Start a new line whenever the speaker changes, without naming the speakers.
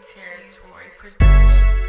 Transitory Productions.